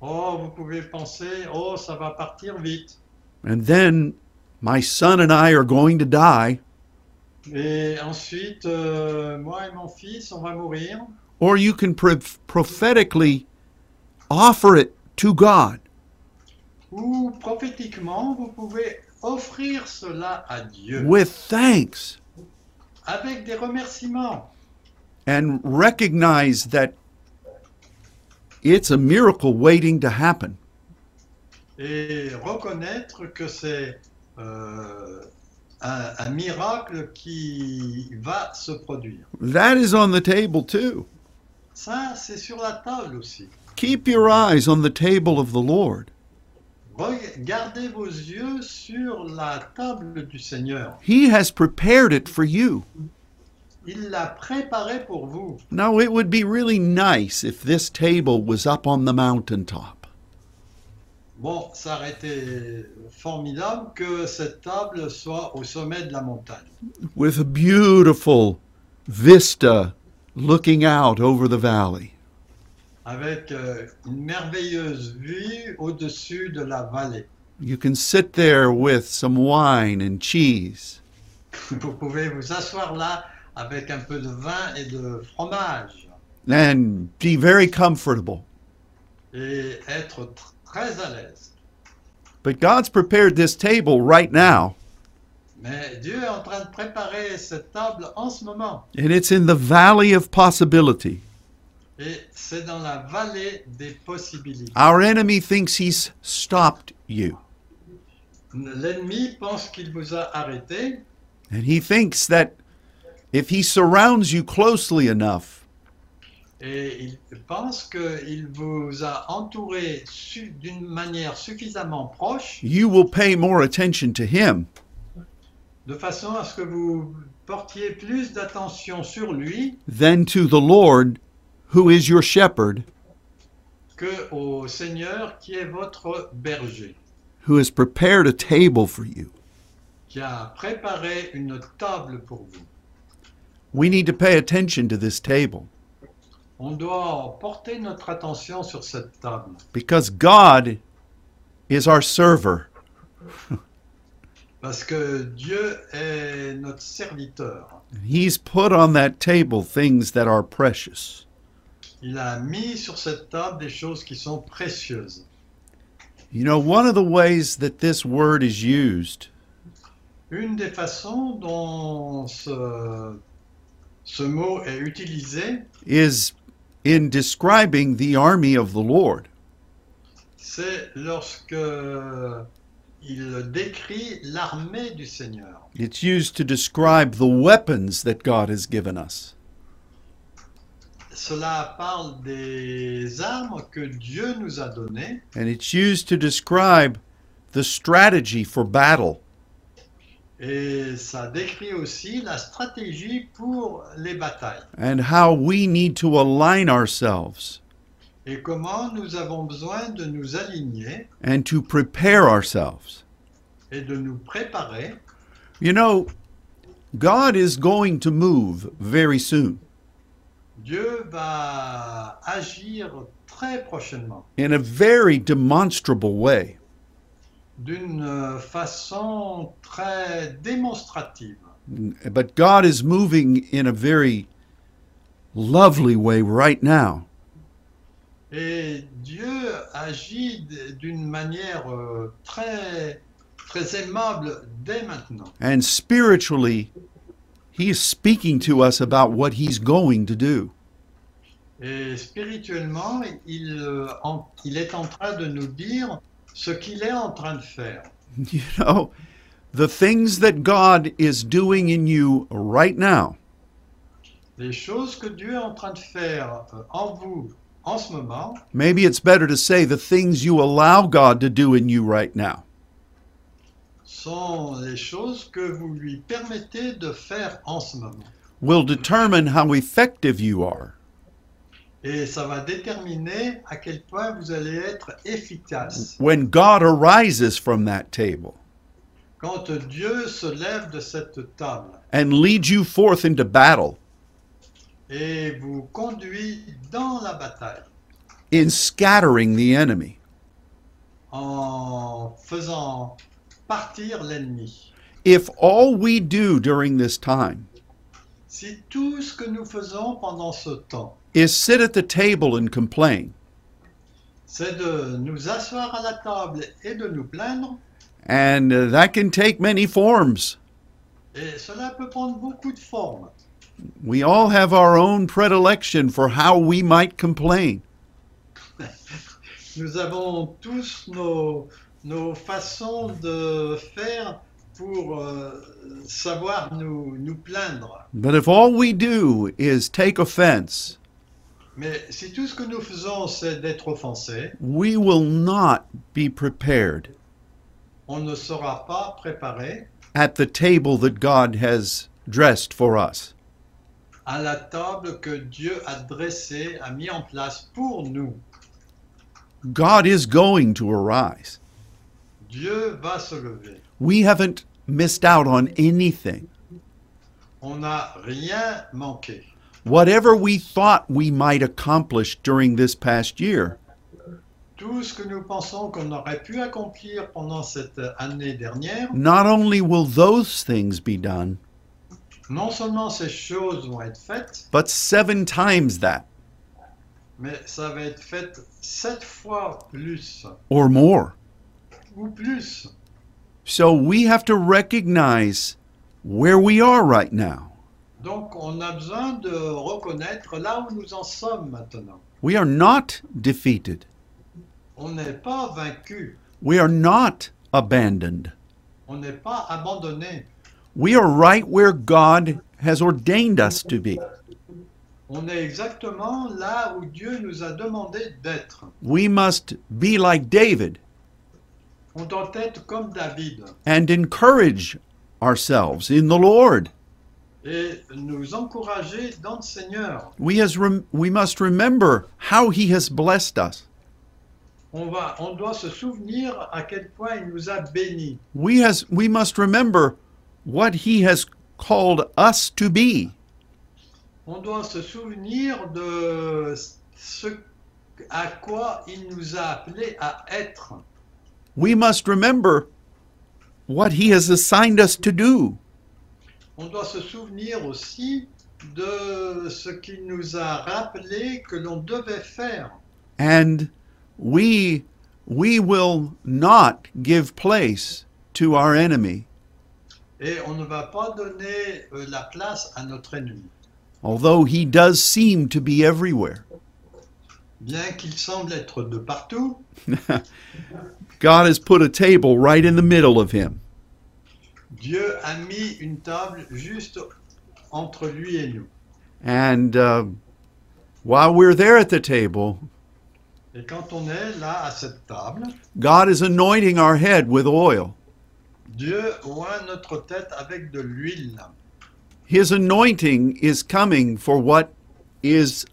S2: Oh, vous pouvez penser, oh, ça va partir vite.
S1: and then my son and I are going to die.
S2: Et ensuite, euh, moi et mon fils, on va mourir.
S1: Or you can pro- prophetically offer it to God.
S2: Ou prophétiquement, vous pouvez offrir cela à Dieu.
S1: with thanks
S2: avec des remerciements
S1: and recognize that it's a miracle waiting to happen.
S2: et reconnaître que c'est euh, un, un miracle qui va se produire.
S1: That is on the table too.
S2: Ça, c'est sur la table aussi.
S1: Keep your eyes on the table of the Lord.
S2: Regardez vos yeux sur la table du Seigneur.
S1: He has prepared it for you.
S2: Il l'a préparé pour vous.
S1: Now, it would be really nice if this table was up on the mountaintop.
S2: Bon, ça aurait été formidable que cette table soit au sommet de la montagne,
S1: with a beautiful vista looking out over the valley.
S2: avec euh, une merveilleuse vue au-dessus de la vallée.
S1: You can sit there with some wine and cheese.
S2: [LAUGHS] Vous pouvez vous asseoir là avec un peu de vin et de fromage
S1: and be very comfortable.
S2: et être tr- très à l'aise.
S1: But God's prepared this table right now
S2: Mais Dieu est en train de préparer cette table en ce moment.
S1: And it's in the valley of possibility.
S2: Et c'est dans la vallée des possibilités.
S1: Our enemy thinks he's stopped you,
S2: L'ennemi pense qu'il vous a arrêté
S1: and he thinks that if he surrounds you closely enough,
S2: et il pense qu'il vous a entouré su- d'une manière suffisamment proche
S1: you will pay more attention to him
S2: de façon à ce que vous portiez plus d'attention sur lui
S1: than to the Lord, who is your shepherd,
S2: que au Seigneur qui est votre berger,
S1: who has prepared a table for you.
S2: qui a préparé une table pour vous.
S1: We need to pay attention to this table
S2: On doit porter notre attention sur cette table
S1: because God is our server.
S2: parce que Dieu est notre serviteur.
S1: He's put on that table things that are precious.
S2: Il a mis sur cette table des choses qui sont précieuses.
S1: You know, one of the ways that this word is used
S2: Une des façons dont ce, ce mot est utilisé,
S1: is in describing the army of the Lord.
S2: c'est lorsque il décrit l'armée du Seigneur.
S1: It's used to describe the weapons that God has given us.
S2: Cela parle des armes que Dieu nous a données
S1: And it's used to describe the strategy for battle.
S2: et ça décrit aussi la stratégie pour les batailles
S1: and how we need to align ourselves
S2: et comment nous avons besoin de nous aligner
S1: and to prepare ourselves.
S2: et de nous préparer.
S1: You know, God is going to move very soon
S2: Dieu va agir très prochainement
S1: in a very demonstrable way.
S2: d'une façon très démonstrative.
S1: But God is moving in a very lovely way right now.
S2: Et Dieu agit d- d'une manière euh, très, très aimable dès maintenant.
S1: And spiritually, He is speaking to us about what He's going to do. [LAUGHS]
S2: Et spirituellement, il, euh, en- il est en train de nous dire ce qu'il est en train de faire.
S1: You know, the things that God is doing in you right now
S2: Les choses que Dieu est en train de faire euh, en vous en ce moment,
S1: Maybe it's better to say the things you allow God to do in you right now.
S2: sont les choses que vous lui permettez de faire en ce moment.
S1: Will determine how effective you are,
S2: Et ça va déterminer à quel point vous allez être efficace
S1: when God arises from that table
S2: quand Dieu se lève de cette table
S1: and leads you forth into battle
S2: et vous conduit dans la bataille
S1: in scattering the enemy.
S2: en faisant partir l'ennemi.
S1: If all we do during this time
S2: Si tout ce que nous faisons pendant ce temps,
S1: is sit at the table and complain
S2: c'est de nous asseoir à la table et de nous plaindre,
S1: and uh, that can take many forms.
S2: et cela peut prendre beaucoup de formes. [LAUGHS]
S1: We all have our own predilection for how we might complain.
S2: Nous avons tous nos, nos façons de faire pour euh, savoir nous, nous plaindre.
S1: But if all we do is take offense
S2: Mais si tout ce que nous faisons, c'est d'être offensés,
S1: we will not be prepared
S2: on ne sera pas préparé
S1: at the table that God has dressed for us.
S2: à la table que Dieu a dressée, a mis en place pour nous.
S1: God is going to arise.
S2: Dieu va se lever.
S1: We haven't missed out on anything.
S2: On n'a rien manqué.
S1: Whatever we thought we might accomplish during this past year,
S2: Tout ce que nous pensons qu'on aurait pu accomplir pendant cette année dernière,
S1: not only will those things be done,
S2: non seulement ces choses vont être faites,
S1: but seven times that
S2: mais ça va être fait sept fois plus
S1: or more.
S2: ou plus.
S1: So we have to recognize where we are right now.
S2: Donc on a besoin de reconnaître là où nous en sommes maintenant.
S1: We are not defeated.
S2: On n'est pas vaincu,
S1: We are not abandoned.
S2: on n'est pas abandonné,
S1: We are right where God has ordained us to be.
S2: on est exactement là où Dieu nous a demandé d'être.
S1: We must be like David
S2: On doit être comme David
S1: and encourage ourselves in the Lord.
S2: et nous encourager dans le Seigneur.
S1: We, has rem- we must remember how He has blessed us.
S2: On, va, on doit se souvenir à quel point il nous a bénis.
S1: We, has, we must remember what He has called us to be.
S2: On doit se souvenir de ce à quoi il nous a appelés à être.
S1: We must remember what He has assigned us to do.
S2: On doit se souvenir aussi de ce qu'il nous a rappelé que l'on devait faire.
S1: And we, we will not give place to our enemy.
S2: Et on ne va pas donner euh, la place à notre ennemi,
S1: although he does seem to be everywhere. [LAUGHS]
S2: bien qu'il semble être de partout.
S1: God has put a table right in the middle of him.
S2: Dieu a mis une table juste entre lui et nous.
S1: And uh, while we're there at the table,
S2: Et quand on est là à cette table,
S1: God is anointing our head with oil.
S2: Dieu oint notre tête avec de l'huile.
S1: His anointing is coming for what is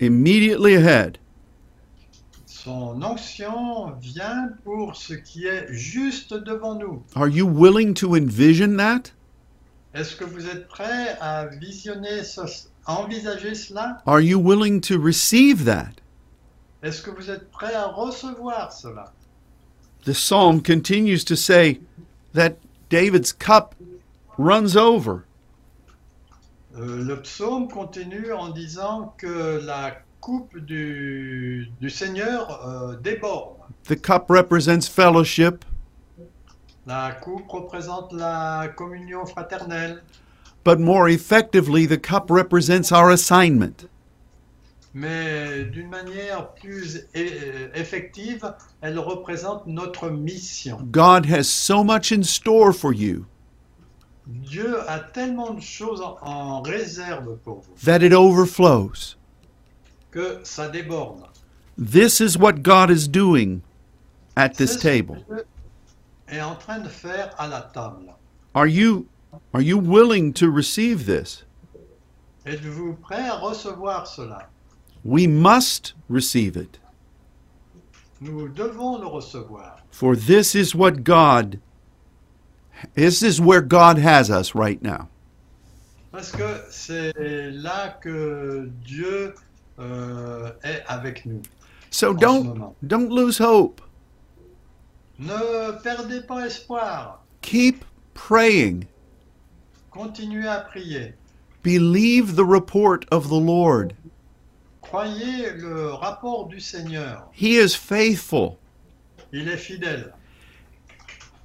S1: immediately ahead.
S2: Son onction vient pour ce qui est juste devant nous.
S1: Are you willing to envision that?
S2: Est-ce que vous êtes prêt à visionner, ce- à envisager cela
S1: Are you willing to receive that?
S2: Est-ce que vous êtes prêt à recevoir cela
S1: The psalm continues to say that David's cup runs over.
S2: Euh, Le psaume continue en disant que la coupe du, du Seigneur euh, déborde.
S1: The cup represents fellowship,
S2: La coupe représente la communion fraternelle,
S1: but more effectively, the cup represents our assignment.
S2: mais d'une manière plus e- effective, elle représente notre mission.
S1: God has so much in store for you
S2: Dieu a tellement de choses en, en réserve pour vous
S1: that it overflows.
S2: que ça déborde.
S1: This is what God is doing at
S2: C'est
S1: this
S2: ce que
S1: table.
S2: Dieu est en train de faire à la table.
S1: Are you are you willing to receive this?
S2: Êtes-vous prêt à recevoir cela
S1: We must receive it,
S2: Nous devons le recevoir.
S1: for this is what God this is where God has us right now.
S2: Parce que c'est là que Dieu euh, est avec nous.
S1: So
S2: Awesome.
S1: don't don't lose hope.
S2: Ne perdez pas espoir.
S1: Keep praying.
S2: Continuez à prier.
S1: Believe the report of the Lord.
S2: Croyez le rapport du Seigneur.
S1: He is faithful.
S2: Il est fidèle.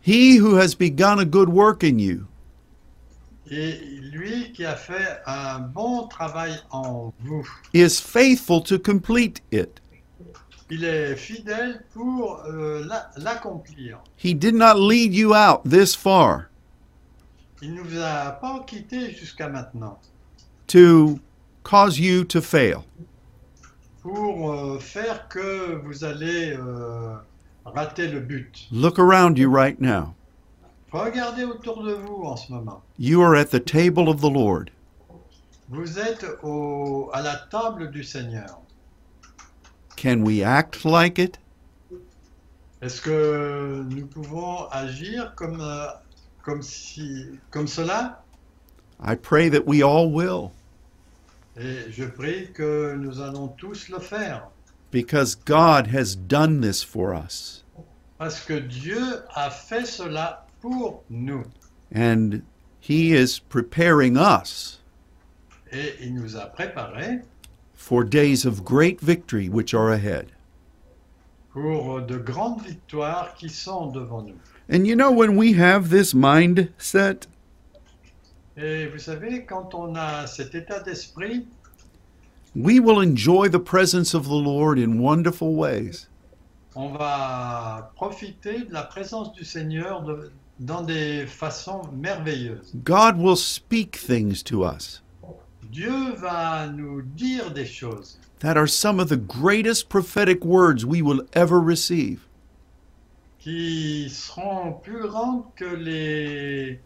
S1: He who has begun a good work in you
S2: Et lui qui a fait un bon travail en vous,
S1: is faithful to complete it.
S2: il est fidèle pour euh, la- l'accomplir.
S1: He did not lead you out this far
S2: il ne vous a pas quitté jusqu'à maintenant
S1: to cause you to fail.
S2: pour euh, faire que vous allez euh, rater le but.
S1: Look around you right now.
S2: Regardez autour de vous en ce moment.
S1: You are at the table of the Lord.
S2: Vous êtes au- à la table du Seigneur.
S1: Can we act like it?
S2: Est-ce que nous pouvons agir comme, euh, comme, si, comme cela
S1: I pray that we all will
S2: Et je prie que nous allons tous le faire.
S1: because God has done this for us.
S2: Parce que Dieu a fait cela pour nous.
S1: And He is preparing us
S2: Et il nous a préparés
S1: for days of great victory which are ahead.
S2: pour de grandes victoires qui sont devant nous.
S1: And you know, when we have this mindset,
S2: Et vous savez, quand on a cet état d'esprit,
S1: we will enjoy the presence of the Lord in wonderful ways.
S2: on va profiter de la présence du Seigneur de- dans des façons merveilleuses.
S1: God will speak things to us
S2: Dieu va nous dire des choses
S1: that are some of the greatest prophetic words we will ever receive.
S2: qui seront plus grandes que les,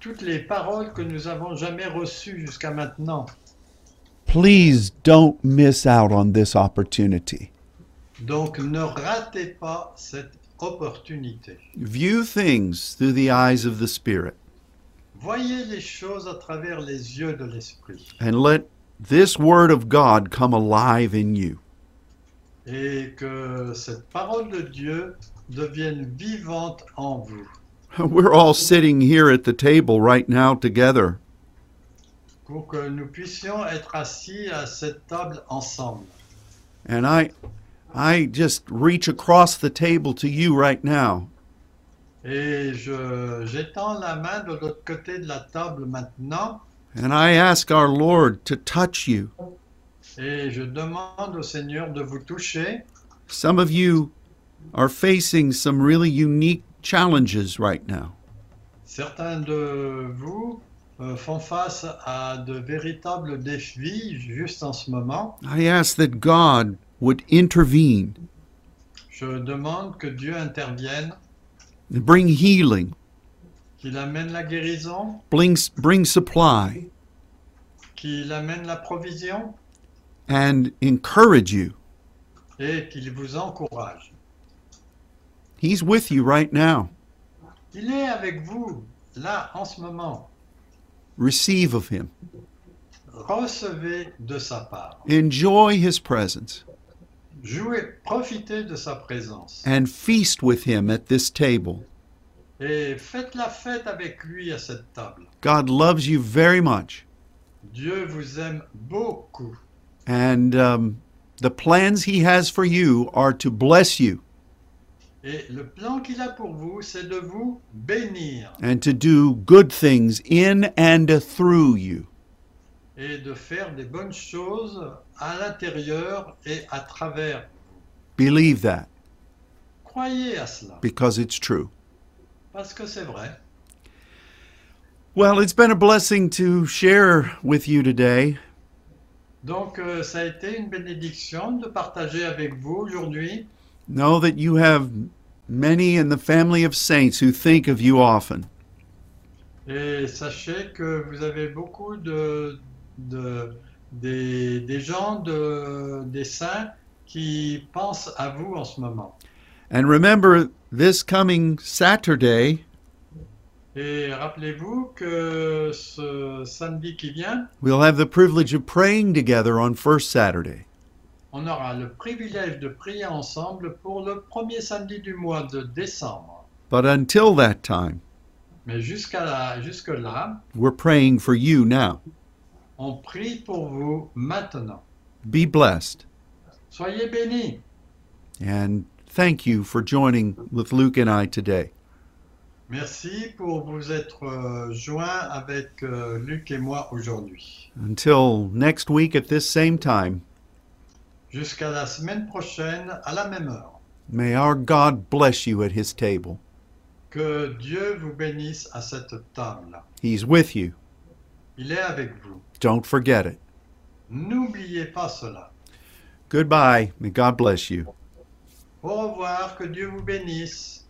S2: toutes les paroles que nous avons jamais reçues jusqu'à maintenant.
S1: Please don't miss out on this opportunity.
S2: Donc ne ratez pas cette opportunité.
S1: View things through the eyes of the Spirit
S2: Voyez les choses à travers les yeux de l'esprit
S1: and let this word of God come alive in you. [LAUGHS]
S2: et que cette parole de Dieu devienne vivante en vous.
S1: We're all sitting here at the table right now together.
S2: pour que nous puissions être assis à cette table ensemble.
S1: And I I just reach across the table to you right now.
S2: Et je j'étends la main de l'autre côté de la table maintenant
S1: And I ask our Lord to touch you.
S2: et je demande au Seigneur de vous toucher.
S1: Some of you are facing some really unique challenges right now.
S2: Certains de vous euh, font face à de véritables défis juste en ce moment.
S1: I ask that God would intervene
S2: Je demande que Dieu intervienne,
S1: and bring healing,
S2: qu'il amène la guérison,
S1: bring, bring supply,
S2: qu'il amène la provision
S1: and encourage you.
S2: et qu'il vous encourage.
S1: He's with you right now.
S2: Il est avec vous là en ce moment.
S1: Receive of Him,
S2: Recevez de sa part.
S1: enjoy His presence,
S2: Jouez, profitez de sa présence
S1: and feast with Him at this table.
S2: et faites la fête avec lui à cette table.
S1: God loves you very much,
S2: Dieu vous aime beaucoup
S1: and um, the plans He has for you are to bless you
S2: et le plan qu'il a pour vous, c'est de vous bénir
S1: and to do good things in and through you.
S2: et de faire des bonnes choses à l'intérieur et à travers.
S1: Believe that
S2: Croyez à cela
S1: because it's true.
S2: parce que c'est vrai.
S1: Well, it's been a blessing to share with you today.
S2: Donc euh, ça a été une bénédiction de partager avec vous aujourd'hui.
S1: Know that you have many in the family of saints who think of you often.
S2: Et sachez que vous avez beaucoup de, de- des, des gens, de, des saints qui pensent à vous en ce moment.
S1: And remember, this coming Saturday,
S2: Et rappelez-vous que ce samedi qui vient,
S1: we'll have the privilege of praying together on First Saturday.
S2: on aura le privilège de prier ensemble pour le premier samedi du mois de décembre.
S1: But until that time,
S2: Mais jusqu'à là, jusque-là,
S1: we're praying for you now.
S2: on prie pour vous maintenant.
S1: Be blessed.
S2: Soyez bénis
S1: And thank you for joining with Luke and I today.
S2: Merci pour vous être euh, joints avec euh, Luc et moi aujourd'hui.
S1: Until next week at this same time,
S2: Jusqu'à la semaine prochaine, à la même heure.
S1: may our God bless you at his table.
S2: Que Dieu vous bénisse à cette table.
S1: He's with you.
S2: Il est avec vous.
S1: Don't forget it.
S2: N'oubliez pas cela.
S1: Goodbye. May God bless you.
S2: Au revoir, que Dieu vous bénisse.